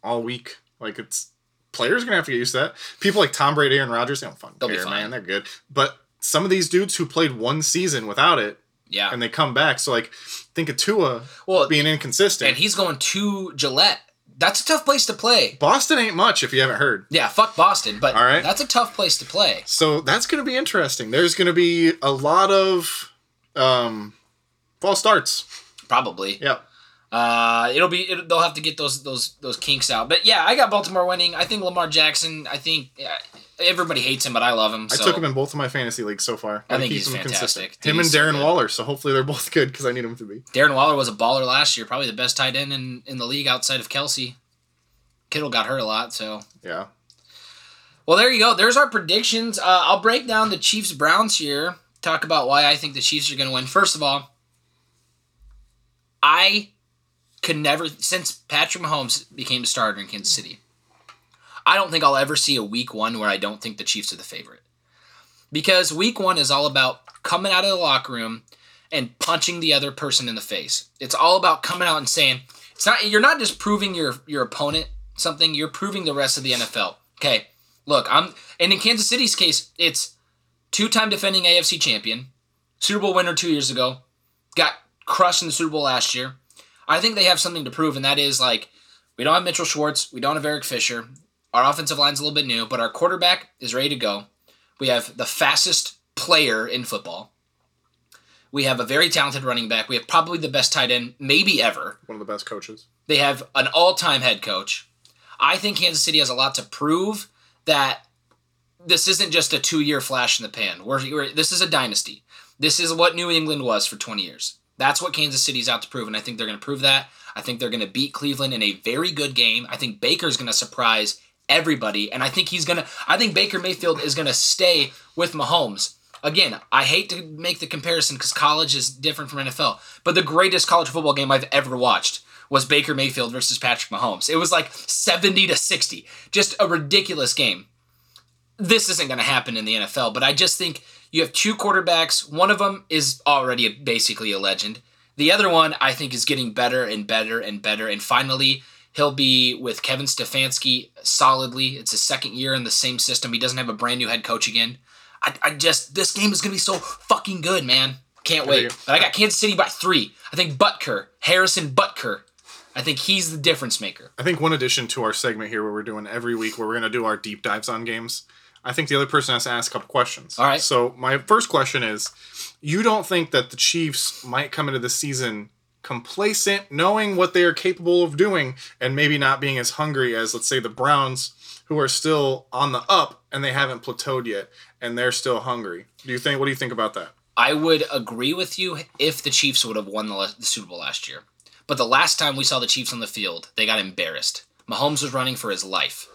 S1: all week. Like it's players are gonna have to get used to that. People like Tom Brady and Rodgers, they don't fucking
S2: They'll be
S1: care,
S2: fine.
S1: man. They're good. But some of these dudes who played one season without it
S2: Yeah.
S1: and they come back. So like, think of Tua
S2: Well,
S1: being inconsistent.
S2: and he's going to Gillette. That's a tough place to play.
S1: Boston ain't much if you haven't heard.
S2: Yeah, fuck Boston, but
S1: All right.
S2: that's a tough place to play.
S1: So that's gonna be interesting. There's gonna be a lot of um false starts.
S2: Probably.
S1: Yeah.
S2: Uh, it'll be it, they'll have to get those those those kinks out. But yeah, I got Baltimore winning. I think Lamar Jackson. I think yeah, everybody hates him, but I love him. So.
S1: I took him in both of my fantasy leagues so far.
S2: I
S1: Gotta
S2: think
S1: keep
S2: he's
S1: him
S2: fantastic. Dude,
S1: Him and
S2: he's so
S1: Darren
S2: good.
S1: Waller, so hopefully they're both good because I need them to be.
S2: Darren Waller was a baller last year, probably the best tight end in, in the league outside of Kelsey. Kittle got hurt a lot, so
S1: Yeah.
S2: Well, there you go. There's our predictions. Uh, I'll break down the Chiefs Browns here. Talk about why I think the Chiefs are going to win. First of all, I could never since Patrick Mahomes became a starter in Kansas City. I don't think I'll ever see a week one where I don't think the Chiefs are the favorite. Because week one is all about coming out of the locker room and punching the other person in the face. It's all about coming out and saying, it's not you're not just proving your your opponent something, you're proving the rest of the NFL. Okay. Look, I'm and in Kansas City's case, it's two-time defending AFC champion, Super Bowl winner 2 years ago, got crushed in the Super Bowl last year. I think they have something to prove and that is like we don't have Mitchell Schwartz, we don't have Eric Fisher. Our offensive line's a little bit new, but our quarterback is ready to go. We have the fastest player in football. We have a very talented running back. We have probably the best tight end maybe ever.
S1: One of the best coaches.
S2: They have an all-time head coach. I think Kansas City has a lot to prove that this isn't just a two-year flash in the pan. We're, we're- this is a dynasty. This is what New England was for 20 years. That's what Kansas City's out to prove, and I think they're going to prove that. I think they're going to beat Cleveland in a very good game. I think Baker's going to surprise everybody, and I think he's going to. I think Baker Mayfield is going to stay with Mahomes. Again, I hate to make the comparison because college is different from NFL, but the greatest college football game I've ever watched was Baker Mayfield versus Patrick Mahomes. It was like 70 to 60. Just a ridiculous game. This isn't going to happen in the NFL, but I just think you have two quarterbacks. One of them is already a, basically a legend. The other one, I think, is getting better and better and better. And finally, he'll be with Kevin Stefanski solidly. It's his second year in the same system. He doesn't have a brand new head coach again. I, I just, this game is going to be so fucking good, man. Can't
S1: you
S2: wait.
S1: go.
S2: But I got Kansas City by three. I think Butker, Harrison Butker, I think he's the difference maker.
S1: I think one addition to our segment here, where we're doing every week, where we're going to do our deep dives on games, I think the other person has to ask a couple questions.
S2: All right.
S1: So my first question is, you don't think that the Chiefs might come into the season complacent, knowing what they are capable of doing, and maybe not being as hungry as, let's say, the Browns, who are still on the up and they haven't plateaued yet, and they're still hungry. Do you think? What do you think about that?
S2: I would agree with you if the Chiefs would have won the, the Super Bowl last year. But the last time we saw the Chiefs on the field, they got embarrassed. Mahomes was running for his life.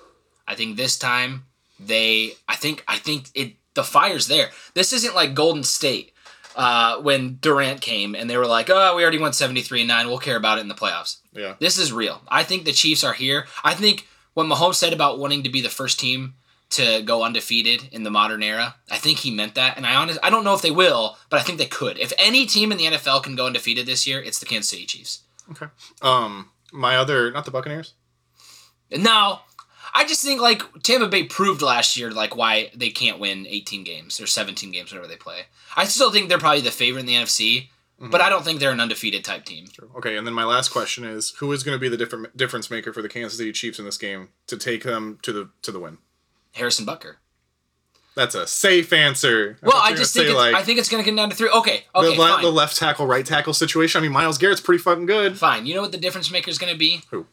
S2: I think this time they I think I think it the fire's there. This isn't like Golden State uh, when Durant came and they were like, "Oh, we already won 73 and 9. We'll care about it in the playoffs."
S1: Yeah.
S2: This is real. I think the Chiefs are here. I think what Mahomes said about wanting to be the first team to go undefeated in the modern era, I think he meant that. And I honest, I don't know if they will, but I think they could. If any team in the NFL can go undefeated this year, it's the Kansas City Chiefs.
S1: Okay. Um, my other, not the Buccaneers.
S2: No, I just think like Tampa Bay proved last year like why they can't win 18 games or 17 games whenever they play. I still think they're probably the favorite in the NFC,
S1: Mm-hmm.
S2: but I don't think they're an undefeated type team.
S1: Okay, and then my last question is: Who is going to be the different difference maker for the Kansas City Chiefs in this game to take them to the to the win?
S2: Harrison Bucker.
S1: That's a safe answer.
S2: Well,
S1: thought
S2: I
S1: you were
S2: just
S1: gonna
S2: think it's,
S1: say,
S2: I think it's going to come down to three. Okay, okay,
S1: the, le-
S2: fine.
S1: the left tackle, right tackle situation. I mean, Miles Garrett's pretty fucking good.
S2: Fine. You know what the difference maker is going to be?
S1: Who?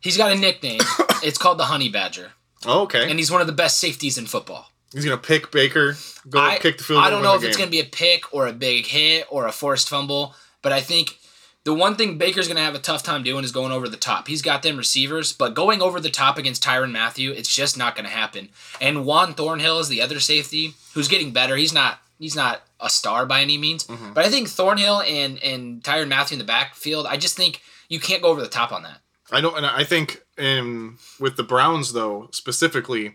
S2: He's got a nickname. it's called the Honey Badger,
S1: Oh, okay,
S2: and he's one of the best safeties in football.
S1: he's going to pick Baker, go
S2: I,
S1: kick the field.
S2: I don't know if it's going to be a pick or a big hit or a forced fumble, but I think the one thing Baker's going to have a tough time doing is going over the top. He's got them receivers, but going over the top against Tyron Matthew, it's just not going to happen. And Juan Thornhill is the other safety who's getting better. He's not he's not a star by any means,
S1: Mm-hmm.
S2: but I think Thornhill and and Tyron Matthew in the backfield, I just think you can't go over the top on that.
S1: I don't, and I think in with the Browns though specifically,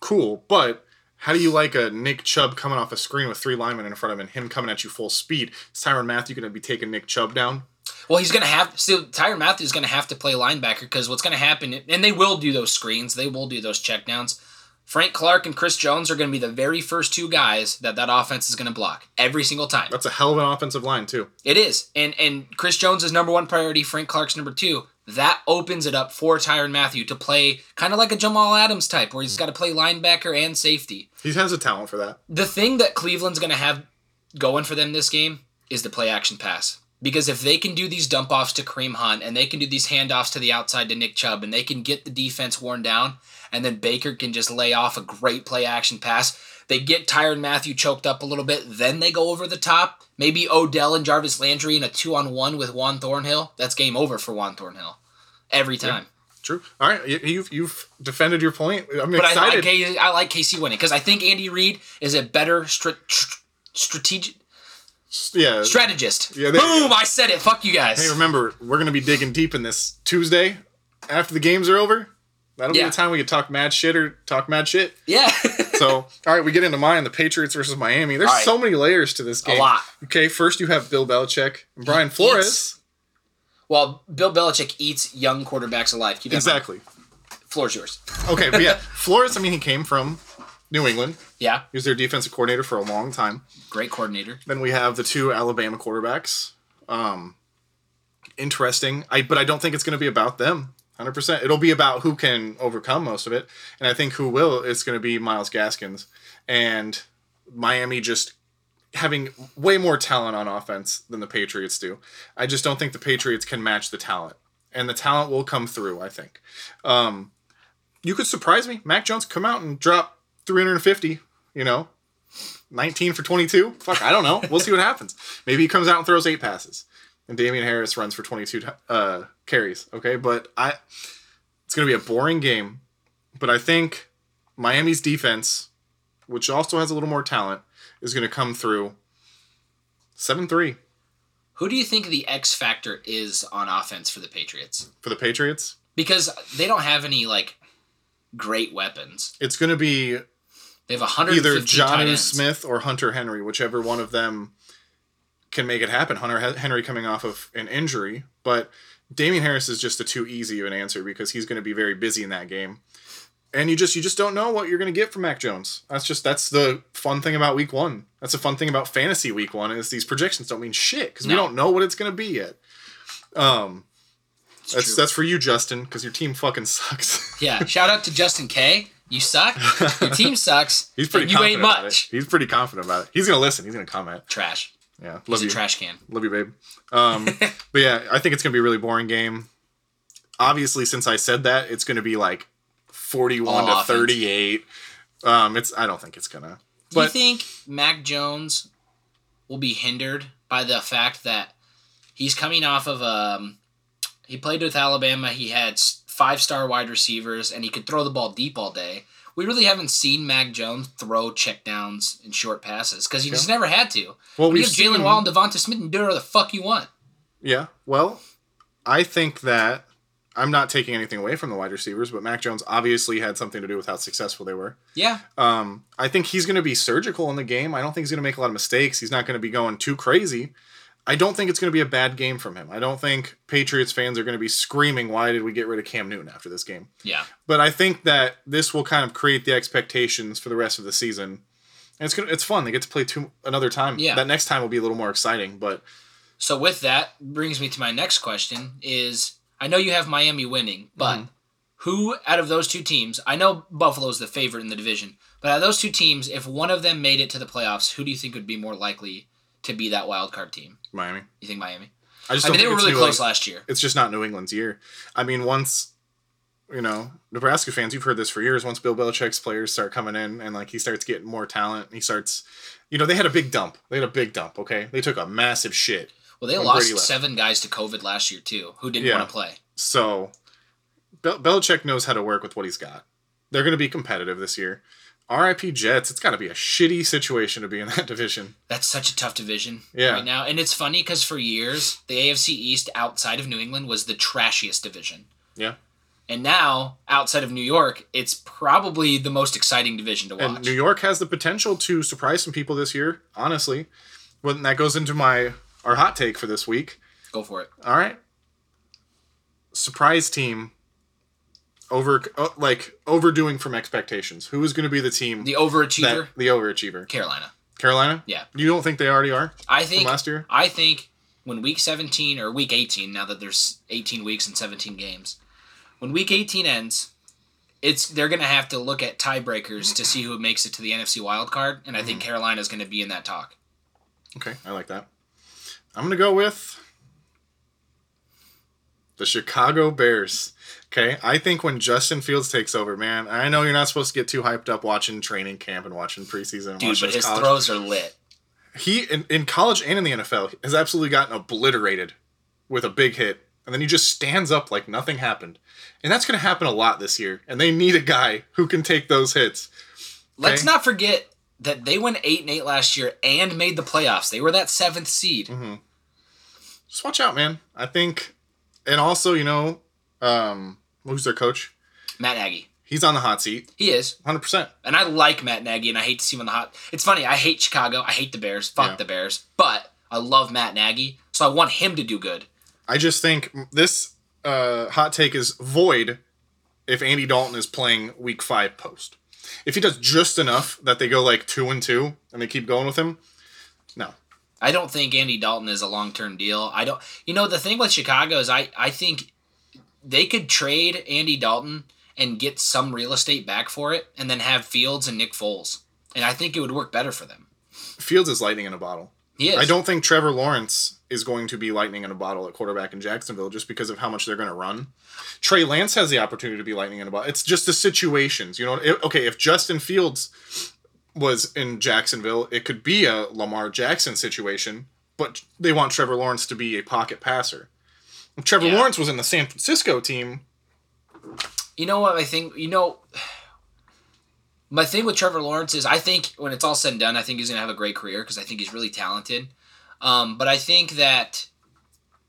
S1: cool. But how do you like a Nick Chubb coming off a screen with three linemen in front of him, and him coming at you full speed? Is Tyron Matthew going to be taking Nick Chubb down?
S2: Well, he's going to have so Tyron Matthew's going to have to play linebacker because what's going to happen, and they will do those screens, they will do those checkdowns. Frank Clark and Chris Jones are going to be the very first two guys that that offense is going to block every single time.
S1: That's a hell of an offensive line too.
S2: It is, and and Chris Jones is number one priority. Frank Clark's number two. That opens it up for Tyron Matthew to play kind of like a Jamal Adams type, where he's got to play linebacker and safety.
S1: He has a talent for that.
S2: the thing that Cleveland's going to have going for them this game is the play action pass. Because if they can do these dump offs to Kareem Hunt and they can do these handoffs to the outside to Nick Chubb and they can get the defense worn down and then Baker can just lay off a great play action pass, they get Tyron Matthew choked up a little bit, then they go over the top. Maybe Odell and Jarvis Landry in a two on one with Juan Thornhill. That's game over for Juan Thornhill every time.
S1: True. All right, you- you've you've defended your point. I'm
S2: But I, I,
S1: excited.
S2: K- I like KC winning because I think Andy Reid is a better str- str- strategic.
S1: yeah.
S2: strategist.
S1: Yeah, there you
S2: Boom! I said it. Fuck you guys.
S1: Hey, remember we're gonna be digging deep in this Tuesday after the games are over. That'll
S2: Yeah.
S1: be the time we can talk mad shit or talk mad shit.
S2: yeah.
S1: So, all right, we get into mine. The Patriots versus Miami. There's
S2: All right.
S1: so many layers to this game.
S2: lot.
S1: Okay, first you have Bill Belichick and Brian Flores.
S2: well, Bill Belichick eats young quarterbacks alive. Keep that in mind.
S1: Exactly.
S2: Floor's yours.
S1: Okay, but yeah, Flores. I mean, he came from New England.
S2: Yeah.
S1: He was their defensive coordinator for a long time.
S2: Great coordinator.
S1: Then we have the two Alabama quarterbacks. Um, interesting. I but I don't think it's going to be about them. Hundred percent. It'll be about who can overcome most of it, and I think who will. It's going to be Miles Gaskins and Miami just having way more talent on offense than the Patriots do. I just don't think the Patriots can match the talent, and the talent will come through. I think. Um, you could surprise me. Mac Jones come out and drop 350. You know, 19 for 22? Fuck, I don't know. We'll see what happens. Maybe he comes out and throws eight passes, and Damian Harris runs for 22 uh, carries. Okay, but I, it's gonna be a boring game, but I think Miami's defense, which also has a little more talent, is gonna come through. Seven three.
S2: Who do you think the X factor is on offense for the Patriots?
S1: For the Patriots,
S2: Because they don't have any like great weapons.
S1: it's going to be
S2: They have 150
S1: either
S2: tight
S1: John
S2: ends.
S1: Smith or Hunter Henry, whichever one of them can make it happen. Hunter Hen- Henry coming off of an injury, but Damian Harris is just a too easy of an answer because he's going to be very busy in that game. And you just you just don't know what you're going to get from Mac Jones. That's just that's the fun thing about week 1. That's the fun thing about fantasy week 1 is these projections don't mean shit cuz we
S2: No.
S1: don't know what it's going to be yet. Um
S2: It's
S1: that's
S2: true.
S1: that's for you Justin cuz your team fucking sucks.
S2: Yeah, shout out to Justin K. You suck. Your team sucks.
S1: He's pretty
S2: and you
S1: confident
S2: ain't
S1: about
S2: much.
S1: it. He's pretty confident about it. He's going to listen, he's going to comment.
S2: Trash.
S1: Yeah. Love
S2: He's
S1: you.
S2: a trash can.
S1: Love you, babe. Um, but yeah, I think it's gonna be a really boring game. Obviously, since I said that, it's gonna be like forty-one
S2: All
S1: to
S2: offense.
S1: thirty-eight. Um, it's I don't think it's gonna.
S2: Do you
S1: But
S2: think Mac Jones will be hindered by the fact that he's coming off of um he played with Alabama, he had five star wide receivers and he could throw the ball deep all day. We really haven't seen Mac Jones throw checkdowns and short passes because he just never had to.
S1: well,
S2: We
S1: we've
S2: have Jalen
S1: seen-
S2: Wall and Devonta Smith and do whatever the fuck you want.
S1: Yeah. Well, I think that I'm not taking anything away from the wide receivers, but Mac Jones obviously had something to do with how successful they were.
S2: Yeah.
S1: Um, I think he's going to be surgical in the game. I don't think he's going to make a lot of mistakes. He's not going to be going too crazy. I don't think it's going to be a bad game from him. I don't think Patriots fans are going to be screaming, "Why did we get rid of Cam Newton after this game?"
S2: Yeah.
S1: But I think that this will kind of create the expectations for the rest of the season. And it's gonna, it's fun. They get to play two another time.
S2: Yeah.
S1: That next time will be a little more exciting. But
S2: So with that brings me to my next question is I know you have Miami winning, but
S1: Mm-hmm.
S2: who out of those two teams, I know Buffalo's the favorite in the division, but out of those two teams, if one of them made it to the playoffs, who do you think would be more likely to be that wild card team?
S1: Miami,
S2: You think Miami?
S1: I just
S2: I
S1: don't
S2: mean, they
S1: think
S2: were
S1: it's
S2: really
S1: New
S2: close
S1: England-
S2: last year.
S1: It's just not New England's year. I mean, once you know Nebraska fans, you've heard this for years. Once Bill Belichick's players start coming in and like he starts getting more talent, and he starts, you know, they had a big dump. They had a big dump. Okay, they took a massive shit.
S2: Well, they
S1: when
S2: lost
S1: Brady left.
S2: seven guys to COVID last year too, who didn't
S1: Yeah.
S2: want to play.
S1: So Bel- Belichick knows how to work with what he's got. They're going to be competitive this year. RIP Jets, it's got to be a shitty situation to be in that division.
S2: That's such a tough division
S1: Yeah.
S2: right now, and it's funny because for years the AFC East outside of New England was the trashiest division.
S1: Yeah.
S2: And now, outside of New York, it's probably the most exciting division to
S1: And
S2: watch.
S1: New York has the potential to surprise some people this year, honestly. When that goes into my our hot take for this week.
S2: Go for it.
S1: All right. Surprise team over oh, like overdoing from expectations. Who is going to be the team
S2: The overachiever,
S1: that the overachiever?
S2: Carolina.
S1: Carolina?
S2: Yeah.
S1: You don't think they already are
S2: I
S1: from
S2: think
S1: last year?
S2: I think when week 17 or week 18, now that there's 18 weeks and 17 games, when week 18 ends, it's they're going to have to look at tiebreakers to see who makes it to the NFC wild card, and I think
S1: Mm.
S2: Carolina's going to be in that talk.
S1: Okay, I like that. I'm gonna go with the Chicago Bears. Okay, I think when Justin Fields takes over, man, I know you're not supposed to get too hyped up watching training camp and watching preseason. And
S2: Dude,
S1: watching
S2: but his
S1: college.
S2: throws are lit.
S1: He in, in college and in the NFL has absolutely gotten obliterated with a big hit, and then he just stands up like nothing happened, and that's gonna happen a lot this year. And they need a guy who can take those hits.
S2: Let's
S1: Okay.
S2: not forget that they went 8 and 8 last year and made the playoffs. They were that 7th seed.
S1: Mm-hmm. Just watch out, man. I think, and also you know, um, who's their coach?
S2: Matt Nagy.
S1: He's on the hot seat,
S2: He is.
S1: 100%.
S2: And I like Matt Nagy, and I hate to see him on the hot. It's funny. I hate Chicago. I hate the Bears. Fuck
S1: Yeah.
S2: the Bears. But I love Matt Nagy, so I want him to do good.
S1: I just think this uh, hot take is void if Andy Dalton is playing week five post. If he does just enough that they go like two and two and they keep going with him, no.
S2: I don't think Andy Dalton is a long term deal. I don't. You know the thing with Chicago is I I think they could trade Andy Dalton and get some real estate back for it, and then have Fields and Nick Foles, and I think it would work better for them.
S1: Fields is lightning in a bottle.
S2: He is.
S1: I don't think Trevor Lawrence is going to be lightning in a bottle at quarterback in Jacksonville just because of how much they're going to run. Trey Lance has the opportunity to be lightning in a bottle. It's just the situations, you know. If- okay, if Justin Fields was in Jacksonville, it could be a Lamar Jackson situation, but they want Trevor Lawrence to be a pocket passer. If Trevor
S2: Yeah.
S1: Lawrence was in the San Francisco team,
S2: You know what I think? You know, my thing with Trevor Lawrence is I think when it's all said and done, I think he's going to have a great career because I think he's really talented. Um, but I think that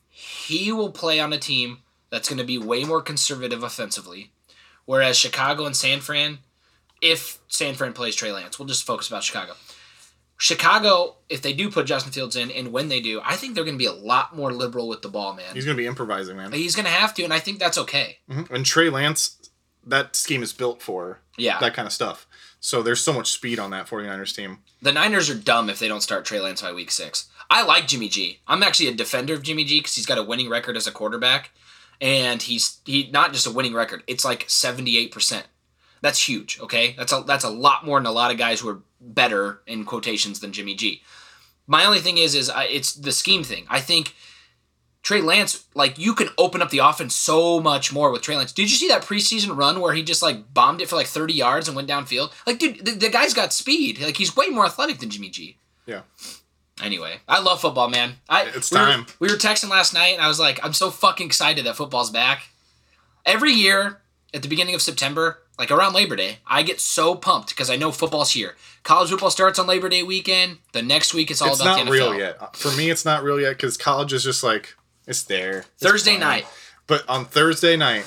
S2: he will play on a team that's going to be way more conservative offensively, whereas Chicago and San Fran, if San Fran plays Trey Lance, we'll just focus about Chicago. Chicago, if they do put Justin Fields in, and when they do, I think they're going to be a lot more liberal with the ball, man.
S1: He's going to be improvising, man.
S2: He's going to have to, and I think that's okay.
S1: Mhm. And Trey Lance, that scheme is built for
S2: Yeah.
S1: that kind of stuff. So there's so much speed on that 49ers team.
S2: The Niners are dumb if they don't start Trey Lance by week six. I like Jimmy G. I'm actually a defender of Jimmy G because he's got a winning record as a quarterback, and he's he not just a winning record. It's like 78 percent. That's huge. Okay, that's a that's a lot more than a lot of guys who are better in quotations than Jimmy G. My only thing is is I, it's the scheme thing. I think Trey Lance, like you can open up the offense so much more with Trey Lance. Did you see that preseason run where he just like bombed it for like 30 yards and went downfield? Like, dude, the, the guy's got speed. Like, he's way more athletic than Jimmy G.
S1: Yeah.
S2: Anyway, I love football, man. I,
S1: It's
S2: we were-
S1: time.
S2: we were texting last night, and I was like, I'm so fucking excited that football's back. Every year at the beginning of September, like around Labor Day, I get so pumped because I know football's here. College football starts on Labor Day weekend. The next week, it's all
S1: it's
S2: about
S1: not
S2: the NFL.
S1: real yet. Uh, For me, it's not real yet because college is just like, it's there. It's
S2: Thursday
S1: fine.
S2: night.
S1: But on Thursday night,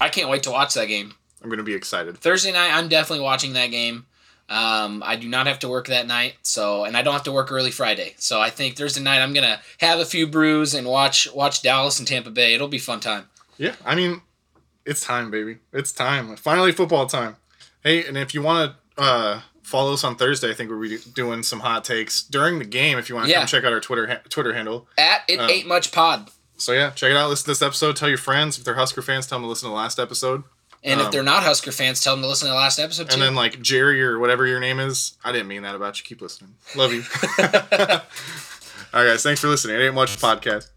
S2: I can't wait to watch that game.
S1: I'm going to be excited.
S2: Thursday night, I'm definitely watching that game. Um, I do not have to work that night, so and I don't have to work early Friday. So I think Thursday night I'm gonna have a few brews and watch watch Dallas and Tampa Bay. It'll be fun time.
S1: Yeah, I mean, it's time, baby. It's time. Finally, football time. Hey, and if you want to uh, follow us on Thursday, I think we'll be doing some hot takes during the game. If you want to
S2: Yeah.
S1: come check out our Twitter ha- Twitter handle.
S2: At it
S1: Um,
S2: ain't much pod,
S1: So yeah, check it out. Listen to this episode. Tell your friends if they're Husker fans. Tell them to listen to the last episode.
S2: and if
S1: um,
S2: they're not Husker fans, tell them to listen to the last episode too.
S1: And then like Jerry or whatever your name is. I didn't mean that about you. Keep listening. Love you. All right, guys. Thanks for listening. It ain't much podcast.